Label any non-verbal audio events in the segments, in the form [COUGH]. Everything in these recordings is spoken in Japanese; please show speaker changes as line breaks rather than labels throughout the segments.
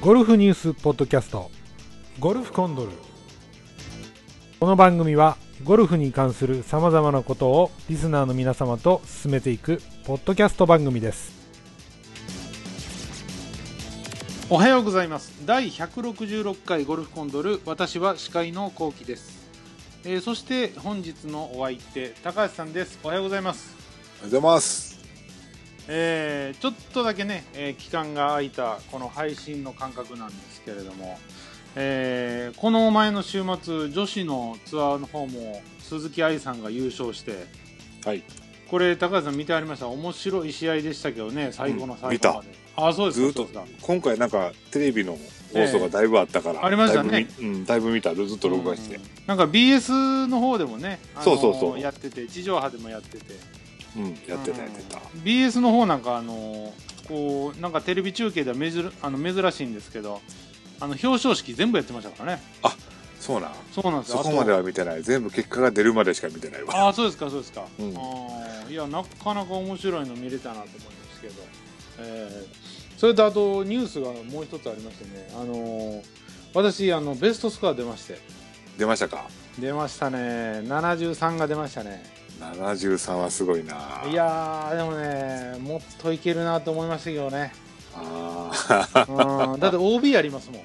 ゴルフニュースポッドキャストゴルフコンドルこの番組はゴルフに関するさまざまなことをリスナーの皆様と進めていくポッドキャスト番組です
おはようございます第166回ゴルフコンドル私は司会の幸喜です、えーそして本日のお相手高橋さんですおはようございます、
おはようございます。
えーちょっとだけね、えー期間が空いたこの配信の間隔なんですけれども、えーこの前の週末女子のツアーの方も鈴木愛さんが優勝して
はい。
これ高橋さん見てありました面白い試合でしたけどね最後の最
見
後
た
まで、あそうです
ず
か
ーっ
そうで
と
すか
今回なんかテレビの放送がだいぶあったから、
ええありましたね
だいぶ見うん、だいぶ見た。ずっと録画して
うん。なんか BS の方でもね、あの
そうそうそう
やってて地上波でもやってて
うん、やってた
う
や
ん
ってた。
BS の方なんかあのこうなんかテレビ中継では珍あの珍しいんですけどあの表彰式全部やってましたからね
そうなん。
そうなんです
そ
よ
こまで
あ
は見てない。全部結果が出るまでしか見てない
と
わ。
ああそうですかそうですか、
うん
あーいやなかなか面白いの見れたなと思いますけど、えーそれとあとニュースがもう一つありましてねあの私あのベストスコア出まして
出ましたか
出ましたね73が出ましたね
?73 はすごいな。
い。やーでもねもっといけるなと思いましたけど
[LAUGHS]
ね、
あー
う
[LAUGHS]
んだって OB ありますもん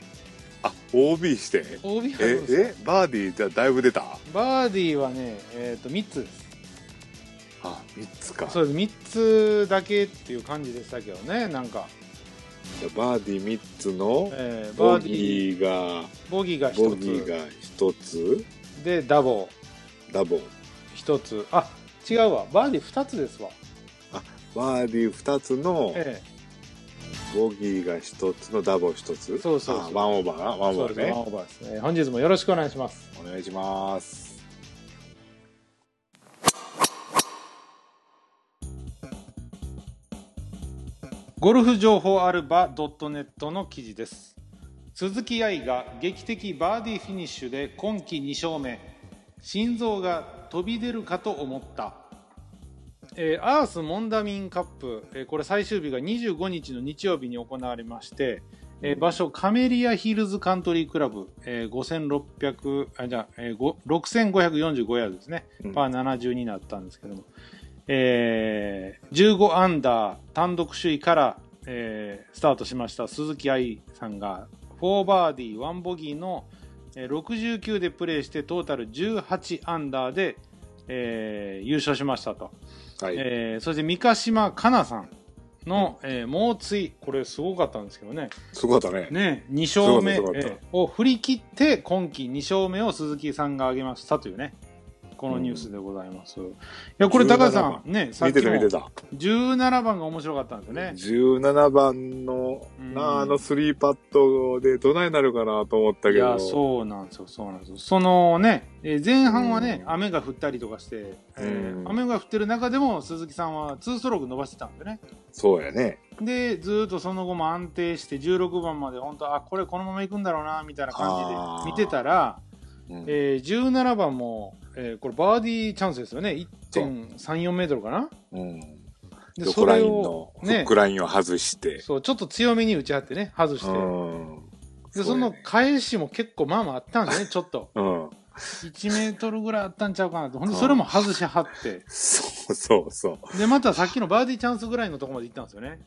あ、OB して。
OB あり
え
ま、すよ
え、バーディーじゃあだいぶ出た
バーディーはね、えー、と3つです
あ、3つか。
そうです3つだけっていう感じでしたけどねなんか、
じゃあバーディー3つの、
えーバ
ボ
ーディー
ギーが、
ボギーが
ボ
1
ギー
つ
が1つ、
でダボ
ダボ。
1つあ違うわバーディー2つですわ
バーディー2つの、
え
ボギーが一つのダボ一つ。
そうそうそう
あワンオーバーなワ
え
ン
そ
オ
う
ー
です
バー
ねワン
ね。
オーバーですね本日もよろしくお願いします
お願いします。
ゴルフ情報アルバ .net の記事です鈴木愛が劇的バーディーフィニッシュで今季2勝目心臓が飛び出るかと思った、えーアースモンダミンカップ、えーこれ最終日が25日の日曜日に行われまして、えー場所カメリアヒルズカントリークラブ、えー5600あじゃあ、えーご6545ヤードですね、
うん
パー70になったんですけどもえー15アンダー単独首位から、えースタートしました鈴木愛さんが4バーディー1ボギーの、えー69でプレーしてトータル18アンダーで、えー優勝しましたと、
はい。
えーそして三ヶ島かなさんの、えー猛追これすごかったんですけどね
すごかったね。
ね2勝目
すごかったすごかっ
えーを振り切って今季2勝目を鈴木さんが挙げましたというねこのニュースでございます、いやこれ高橋さんねさっ
見て
き
た
も
見てた。
17番が面白かったんですよね。
17番の、
うん
なあのスリーパットでどないなるかなと思った
い
けど。
や、そうなんですよ、そうなんですよ。そのね、えー前半はね、
うん
雨が降ったりとかして、えー
うん
雨が降ってる中でも鈴木さんは2ストローク伸ばしてたんでね。
そうやね。
で、ずーっとその後も安定して、16番まで本当、あ、これこのまま行くんだろうな、みたいな感じで見てたら、
うん
えー17番も、えーこれバーディーチャンスですよね。1.34メートルかな。
うん。
で、
横ラインの、フッ
ね
ク、ラインを外して。
そう、ちょっと強めに打ち合ってね、外して。
うん。
で、
そ
そう
や
の
ね
返しも結構まあまああったんです
[LAUGHS]
ね、ちょっと。
うん。
1メートルぐらいあったんちゃうかなと。ほんで、
うん
それも外しはって。
そうそうそう。
で、またさっきのバーディーチャンスぐらいのとこまで行ったんですよね。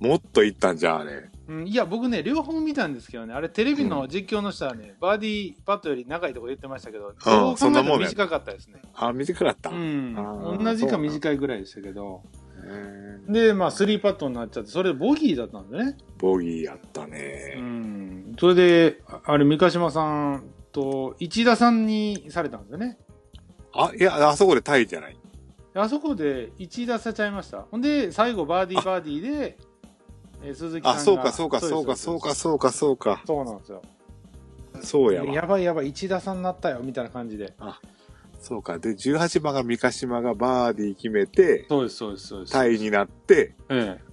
もっといったんじゃん、あれ。
うん、いや、僕ね、両方見たんですけどね、あれ、テレビの実況の人はね、バーディーパットより長いとこ言ってましたけど、どう考
そん
えて
なも
も
んね
短かったですね。
あ、短かった。
う
へ
ん
あ。ー
同じか短いぐらいでしたけど。
ー
で、まあ、スリーパットになっちゃって、それでボギーだったんでね。
ボギーやった
う
ね。
ん。それで、ああれ、三ヶ島さんと、一田さんにされたんですよね。
あ、いや、あそこでタイじゃない。
あそこで1打さちゃいました。ほんで、最後、バーディーバーディーで、えー鈴木さん
あ、
が。
そうか、そうか、そうか、
です
そうか、。そうか、そうか。
そうなんですよ。
そうや
や
わ。
ばいやばい、1打さんになったよ、みたいな感じで。
そうか。で、18番が三ヶ島がバーディー決めて、
そうです、そうです、そうです。
タイになって、
ええ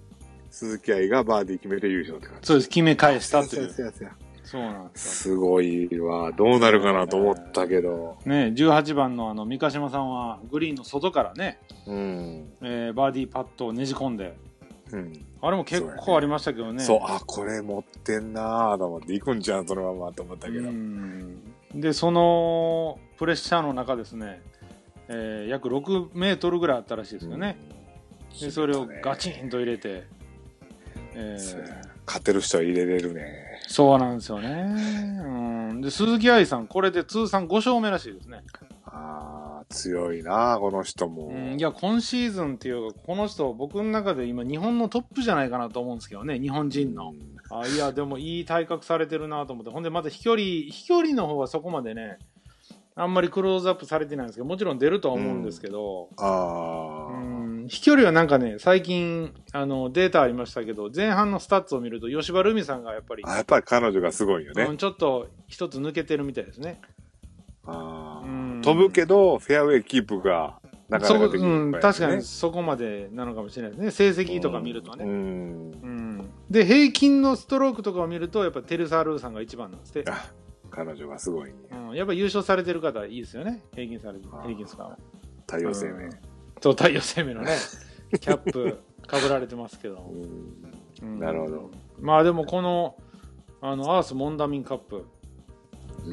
鈴木愛がバーディー決めて優勝って感じ。
そうです、決め返したと
せ
い
や
う。
せやせや
そうなんですよ。
すごいわ。どうなるかなと思ったけど。
ね、18番のあの三ヶ島さんは、グリーンの外からね、
うん。
えーバーディーパットをねじ込んで、
うん。
あれも結構ありましたけどね。
そう、あ、これ持ってんなぁと思って、行くんじゃん、そのままと思ったけど。
うんで、そのプレッシャーの中ですね、えー約6メートルぐらいあったらしいですよね。でそれをガチンと入れて、えー
そう勝てる人は入れれるね。
そうなんですよね。うん、で鈴木愛さん、これで通算5勝目らしいですね。
ああ、強いなぁ、この人も。
うん、いや、今シーズンっていうか、この人、僕の中で今、日本のトップじゃないかなと思うんですけどね、日本人の。あいや、でもいい体格されてるなと思って、ほんで、また飛距離、飛距離の方はそこまでね、あんまりクローズアップされてないんですけど、もちろん出るとは思うんですけど、
あ
う
あ、
ん飛距離はなんかね、最近あのデータありましたけど、前半のスタッツを見ると、吉羽ルミさんがやっぱり、
あやっぱり彼女がすごいよね。
うんちょっと一つ抜けてるみたいですね。
あ
う
ー
ん
飛ぶけど、フェアウェイキープがなか
そ
なか
こ
でき
う
ない、
ん、確かにそこまでなのかもしれないですね、成績とか見ると
う
ね。
ん。
うんで、平均のストロークとかを見ると、やっぱテルサールーさんが一番なんですって、
あ、彼女がすごいね。
うん、やっぱ優勝されてる方、いいですよね、平均されて
あー
平均スコアは。
太陽生命。
そう、太陽生命の
[LAUGHS]
ね、キャップかぶられてますけど
う、ん。
うん
なるほど。
まあでも、このあのアース・モンダミンカップ、
うん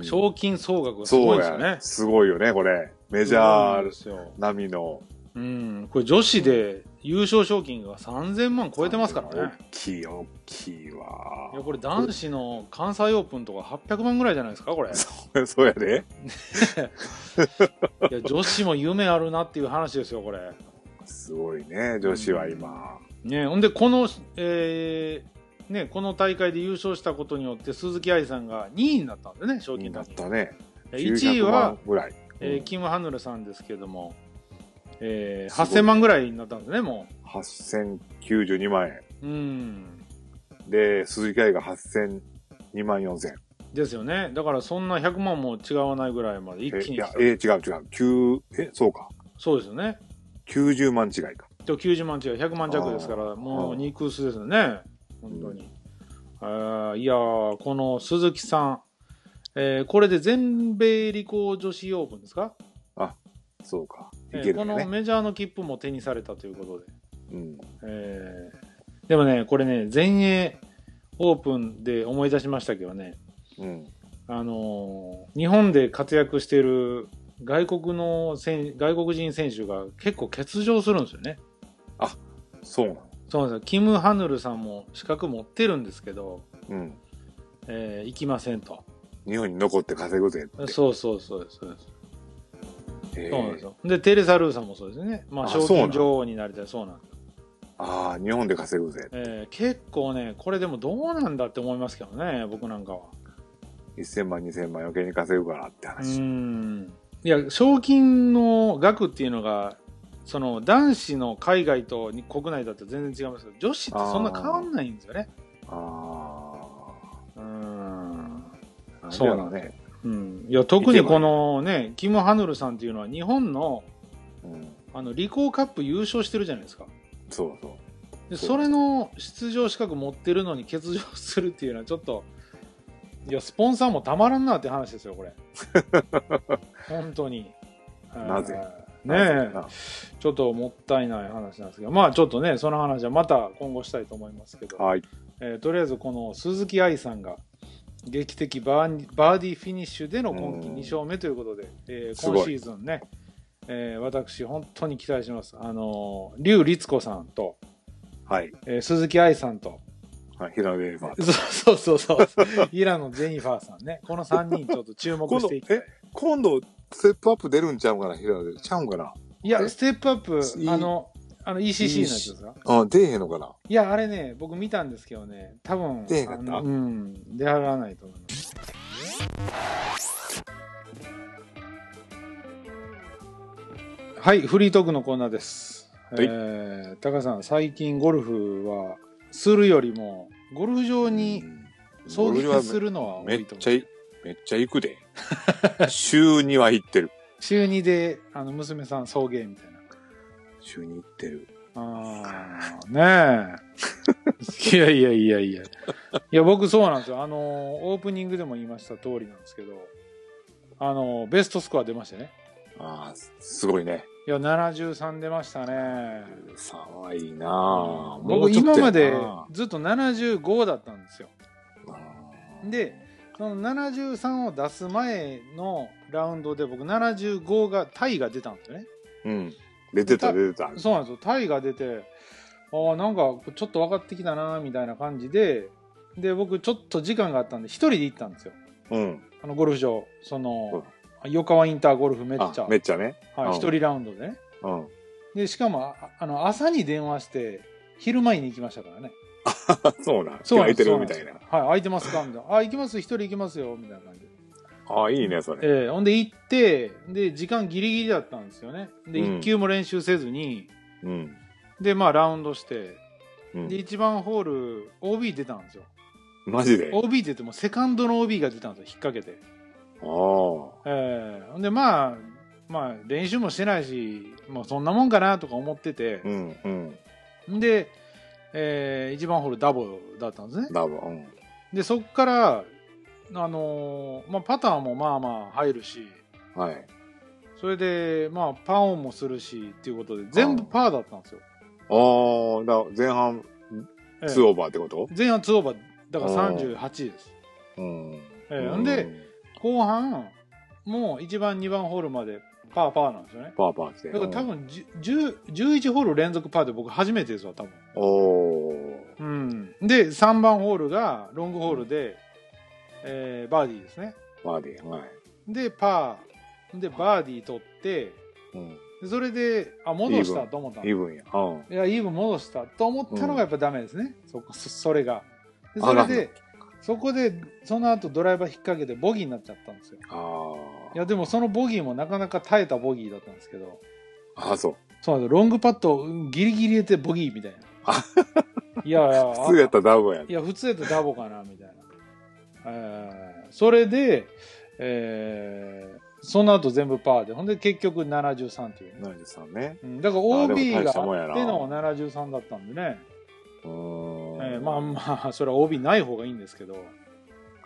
賞金総額がすごい
そ
ん
う
ですよね
や。。すごいよね、これ。メジ
そうな
ャ
んで
ー
すよ
並みの。
うん、これ女子で優勝賞金が3000万超えてますからね。
大きい、大きいわ
いや。これ男子の関西オープンとか800万ぐらいじゃないですかこれい
そうやで。
や女子も夢あるなっていう話ですよこれ
すごいね、女子は今。
ねほんでこの、えーね、この大会で優勝したことによって鈴木愛さんが2位になったんでね賞
に
金
なっ
だ
たね。
1位は
900万、ぐらい。
えー
うん
キム・ハヌルさんですけども、えー
すご
8000
い
万ぐらいになったんですねも
8092万円。
ううん
で、鈴木愛が8000、2万4000。
ですよねだからそんな100万も違わないぐらいまで一
え
気
い
に来
や
た、
えー違う違う。九え、そうか。
そうですよね
90万違いか。
でも90万違う100万弱ですから
あー
もう
あー
肉薄ですよね本当に、あーいやーこの鈴木さん、えーこれで全米理工女子オープンですか、
そうか。
え
い
ー
ける
こ
よ
の
ね。
メジャーの切符も手にされたということで、
うん。
えーでもねこれね全英オープンで思い出しましたけどね
うん。
あのー日本で活躍している外国の選外国人選手が結構欠場するんですよね
そうなの。
そうなんですよキム・ハヌルさんも資格持ってるんですけど、
うん。
えー行きませんと
日本に残って稼ぐぜって。
そうそうそうですそうです、
えー
そうなんですよでテレサ・ルーさんもそうですね、まあ、
あ
賞
そうな
金
の
女王になりたいそうなんですよ、
ああ、日本で稼ぐぜ。
えー結構ねこれでもどうなんだって思いますけどね僕なんかは
1000万、2000万余計に稼ぐからって
う
話。
んいや賞金の額っていうのがその男子の海外とに国内だと全然違いますけど女子ってそんな変わんないんですよね
あ
うん
あ。
そうなの
ね。
うんいや特にこのねキム・ハヌルさんっていうのは日本の
うん。
あのリコーカップ優勝してるじゃないですか
そうそう。
で
そう
それの出場資格持ってるのに欠場するっていうのはちょっといやスポンサーもたまらんなって話ですよ
[LAUGHS]
これ本当に
なぜ
ねえちょっともったいない話なんですけどまあちょっとねその話はまた今後したいと思いますけど、
はい。
えーとりあえずこの鈴木愛さんが劇的バーバーディーフィニッシュでの今季
うん
2勝目ということで、えー
すごい
今シーズンね、えー私本当に期待しますあのー劉律子さんと、
はい。
えー鈴木愛さんと [LAUGHS]
はい。平野レーファー
そうそうそうそう
[LAUGHS]
イランのジェニファーさんねこの3人ちょっと注目
今
し
度
ていきたい
え今度ステップアップ出るんちゃうかな平野でちゃうんかない
やステップアップ
いい
あのあの ECC のやつですか
あ出えへんのかない
やあれね僕見たんですけどね多分
出えへんかった
あのうん出払わないと思いますはい、フリートークのコーナーです。
はい
えー、高橋さん、最近ゴルフはするよりも、ゴルフ場に送迎するのは多
めっ
いと思
ちゃ
う。
いめっちゃ行くで
[LAUGHS]
週には行ってる
週2であの娘さん送迎みたいな。
週に行ってる
あーねえ。いやいやいやいや。いや、僕そうなんですよ。あのー、オープニングでも言いました通りなんですけど、あのー、ベストスコア出ましたね。
あーすすごいね
えいや73出ましたね
騒いなぁ。もう
僕
ちょっと
今まで
やな
ずっと75だったんですよ
ぁ
でその73を出す前のラウンドで僕75がタイが出たんですよね
うん。出てた、出てた。
そうなんですよタイが出てああなんかちょっと分かってきたなみたいな感じでで僕ちょっと時間があったんで一人で行ったんですよ
うん。
あのゴルフ場その横川インターゴルフめっ
あ
ちゃ、
めっちゃね。
は
うん
い、一人ラウンドでね
うん。 [LAUGHS]
でしかもああの朝に電話して昼前に行きましたからね
あそうなん。
そうなん
開
で
いて
す
るみたい
そ
な
う。んですはい空いてますかみたいなあ行きます一人行きますよみたいな感じで
あいいね、それ。
ええほんで行ってで時間ギリギリだったんですよねで
うん
1球も練習せずに、
うん。
でまあラウンドして
う
で
ん、
1番ホール OB 出たんですよ
マジで。あ
OB って言ってもセカンドの OB が出たんですよ引っ掛けて、
あ。
ええほんでまあまあ練習もしてないし、まあ、そんなもんかなとか思ってて
う、ん、うん。
で、え1番ホールダボだったんですね
ダブル。うん。
でそっからあのーまあ、パターもまあまあ入るし
はい。
それでまあパーオンもするしっていうことで全部パーだったんですよ、
ああ、だ前半、
ええ
2オーバーってこと
前半2オーバーだから
うん
38です
うん。
ええ
うん
で、後半もう1番2番ホールまでパーパーなんですよね
パーパー来て。
だから多
うん
分じゅ10 11ホール連続パーで僕初めてですわ多分
お
うんで3番ホールがロングホールで、えーバーディーですね
ー、バーディー、はい。
でパーでバーディー取って
うん。
でそれであ戻したと思ったの
イーブンや。うん。
いや、イーブン戻したと思ったのがやっぱダメですね、そこそそれが。で
あ
それ
なん
で、そこで、その後ドライバー引っ掛けてボギーになっちゃったんですよ。
あ
いや、でもそのボギーもなかなか耐えたボギーだったんですけど、
あ。あそう。
そうなんですよロングパットをうんギリギリ入れてボギーみたいな。
[LAUGHS]
いやいや、
普通やったらダブルや
いや、普通やったらダボかな、みたいな。えーそれで、えーその後全部パーで、ほんで結局73っていうね。
な。73ね。
うんだから
あーでも
OB があ
大
っ
してたもんやな
の73だったんでね。
うーん。
えーまあまあそれは OB ない方がいいんですけど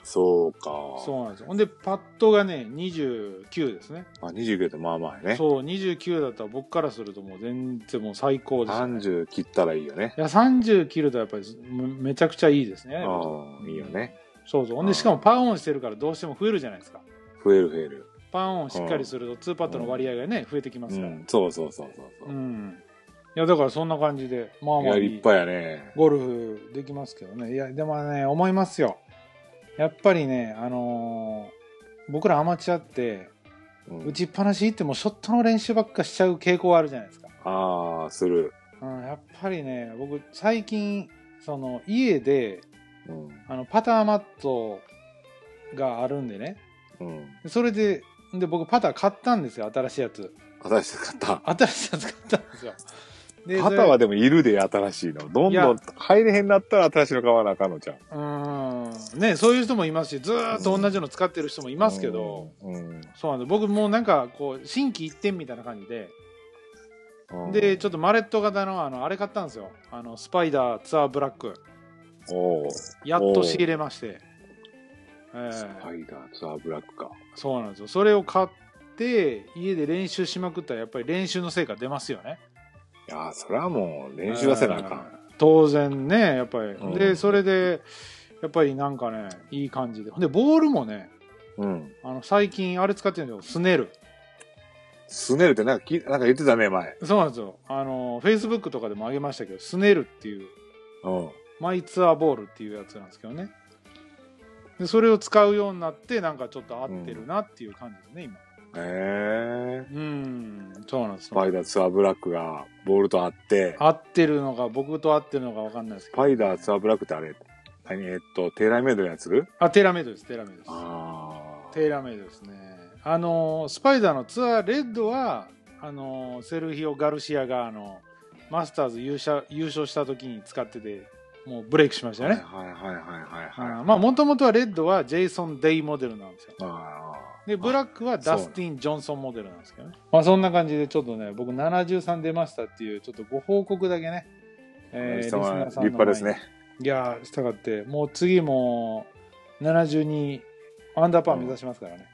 そうか。
そうなんですよほんでパットがね29ですね
まあ、29ってまあまあやね。
そう29だったら僕からするともう全然もう最高です、ね、
30切ったらいいよね。
いや30切るとやっぱりめめちゃくちゃいいですね
うん。いいよね。
そうそうほん
う
で
ん
しかもパーオンしてるからどうしても増えるじゃないですか
増える増える。
パーオンしっかりすると2パットの割合がね増えてきま
う
すから
ん。そうそうそうそうそうう。
んいやだからそんな感じでまあ
い
まあ
や、
い
立
い
派やね。
ゴルフできますけどね。いや、でもね、思いますよ。やっぱりね、あのー僕らアマチュアって、
うん
打ちっぱなし行ってもショットの練習ばっかしちゃう傾向はあるじゃないですか。
ああ、する。
うん、やっぱりね、僕、最近、その、家で、
うん。
あの、パターマットがあるんでね。
うん。
それで、で、僕、パター買ったんですよ、新しいやつ。
新しかった。
新しいやつ買ったんですよ。で
パターはでもいるで、新しいの。どん
い
ど
や
ん入れへんなったら新しいの買わなあかんのじゃん。
うーんねそういう人もいますしずーっと同じの使ってる人もい
い
ますけど、。
うん。
そうなんです僕もうなんかこう心機一転みたいな感じで、
うん
でちょっとマレット型のあのあれ買ったんですよあのスパイダーツアーブラック
おー
やっと仕入れまして、え
ス
ー
パイダーツアーブラックか。
そうなんですよそれを買って家で練習しまくったらやっぱり練習の成果出ますよね
いやーそれはもう練習出せなあか
え
ん。
ー当然ねやっぱり、
うん
でそれでやっぱりなんかねいい感じででボールもね
うん。
あの最近あれ使ってるんですよスネル
すねるってなんかき、なんか言ってたね、前。
そうなんですよあのフェイスブックとかでも上げましたけどスネルっていう
うん。
マイツアーボールっていうやつなんですけどねでそれを使うようになってなんかちょっと合ってるなっていう感じですね、
ええ。
今うんそうなんです
スパ
よ
イダーツアーブラックがボールとあって、
合ってるのか僕と合ってるのか分かんないです
ス
けど
パイダーツアーブラックってあれ、何えっと、テーラーメイドのやつ
あテーラーメイドですテーラーメイドです
あ
テーラーメイドですねあのスパイダーのツアーレッドはあのセルヒオ・ガルシアがあのマスターズ優勝優勝した時に使っててもうブレイクしました
あ。
よ
はい
ね、
はいはいはいはい
あ
は
ー
い。
まあもともとはレッドはジェイソン・デイモデルなんですよ
あー
でブラックはダスティン・ジョンソンモデルなんですけどねまあそんな感じでちょっとね僕73出ましたっていうちょっとご報告だけね、えー
リスナーさんの前に立
の前
派
に
ですね。
いやーしたがってもう次も72アンダーパー目指しますからね、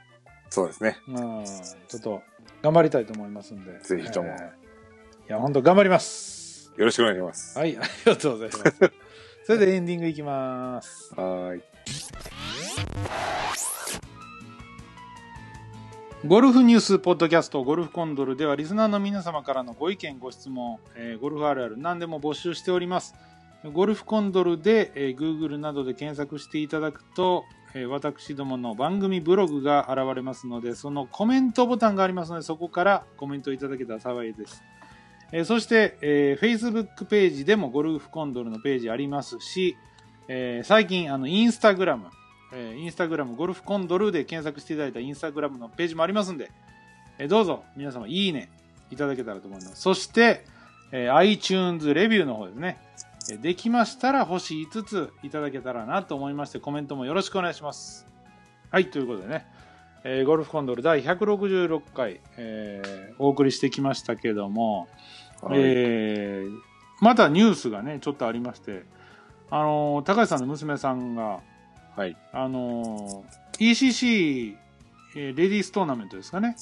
そうですね。
うん、ちょっと頑張りたいと思いますんで。
ぜひとも
いや、本当頑張ります。
よろしくお願いします。
はい、ありがとうござい
[LAUGHS]
ます。それでエンディングいきます。
はーい。
ゴルフニュースポッドキャストゴルフコンドルではリスナーの皆様からのご意見ご質問、えーゴルフあるある何でも募集しておりますゴルフコンドルで、えー Google などで検索していただくと、えー私どもの番組ブログが現れますのでそのコメントボタンがありますのでそこからコメントいただけたら幸いです、えーそして、えー Facebook ページでもゴルフコンドルのページありますし、えー最近あのインスタグラムえーインスタグラムゴルフコンドルで検索していただいたインスタグラムのページもありますんで、えーどうぞ皆様いいねいただけたらと思います。そして、えー iTunes レビューの方ですね。えーできましたら星5ついただけたらなと思いましてコメントもよろしくお願いします。はい、ということでね、えーゴルフコンドル第166回、えーお送りしてきましたけども、
はい
えーまたニュースがねちょっとありまして、あのー高橋さんの娘さんが、
はい
あのー ECC、えーレディーストーナメントですかね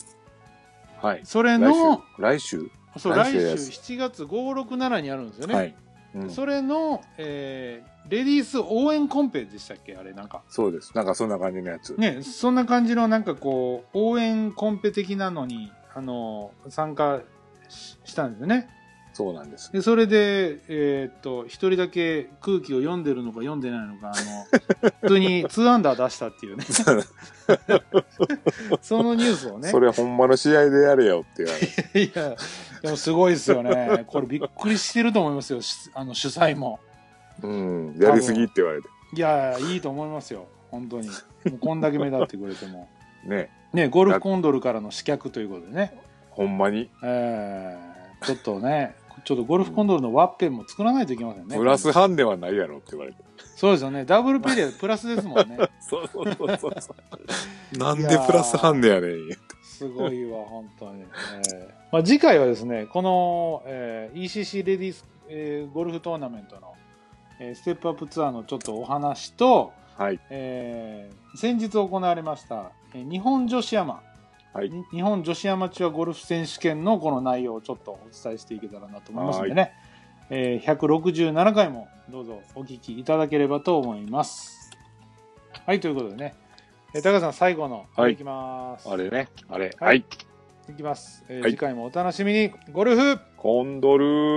はい。
それ
来
の
週来週
そう来
来
週
週です
7月567にあるんですよね、
はい、うんそ。
それの、えーレディース応援コンペでしたっけあれなんか
うです。なんかそんな感じのやつ。
ねそんな感じのなんかこう応援コンペ的なのに、あのー参加ししたんですよね
そうなんです。
でそれで、えーっと一人だけ空気を読んでるのか読んでないのかあ
[LAUGHS]
の普通に2アンダー出したっていうねそのニュースをね
それほんまの試合でやれよって言わ [LAUGHS] れて
いやでもすごいですよねこれびっくりしてると思いますよしあの主催も
うん。やりすぎって言われて。
いやいいと思いますよ本当にもうこんだけ目立ってくれても
ね。
ねゴルフコンドルからの刺客ということでね
ほんまに。
えーちょっとねちょっとゴルフコンドルのワッペンも作らないといけませんね
プラスハンではないやろって言われて。
そうですよねダブルペリアプラスですもんね
そうそうそうそう。 [LAUGHS] なんでプラスハンデやねん。
すごいわ、本当に。えーまあ、次回はですね、この、えー ECC レディース、えーゴルフトーナメントの、えーステップアップツアーのちょっとお話と、
はい。
えー先日行われました、えー日本女子アマ、
はい
に日本女子アマチュアゴルフ選手権のこの内容をちょっとお伝えしていけたらなと思いますんでね、えー167回もどうぞお聞きいただければと思います。はい、ということでね、えー高橋さん最後の、
はい
いきます。
あれね。あれ。
は
はいい。
いきます、えー
はい
次回もお楽しみにゴルフ
コンドル